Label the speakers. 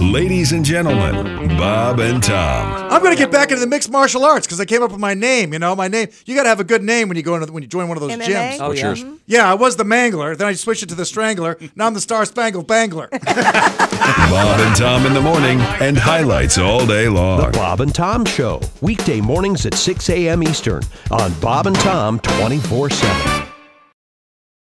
Speaker 1: Ladies and gentlemen, Bob and Tom.
Speaker 2: I'm gonna get back into the mixed martial arts because I came up with my name. You know, my name. You gotta have a good name when you go into the, when you join one of those
Speaker 3: MMA?
Speaker 2: gyms.
Speaker 3: Oh,
Speaker 4: What's yours?
Speaker 2: Yeah, I was the Mangler, then I switched it to the Strangler. Now I'm the Star Spangled Bangler.
Speaker 1: Bob and Tom in the morning and highlights all day
Speaker 4: The
Speaker 1: long.
Speaker 4: Bob and Tom Show, weekday mornings at 6 a.m. Eastern on Bob and Tom 24 7.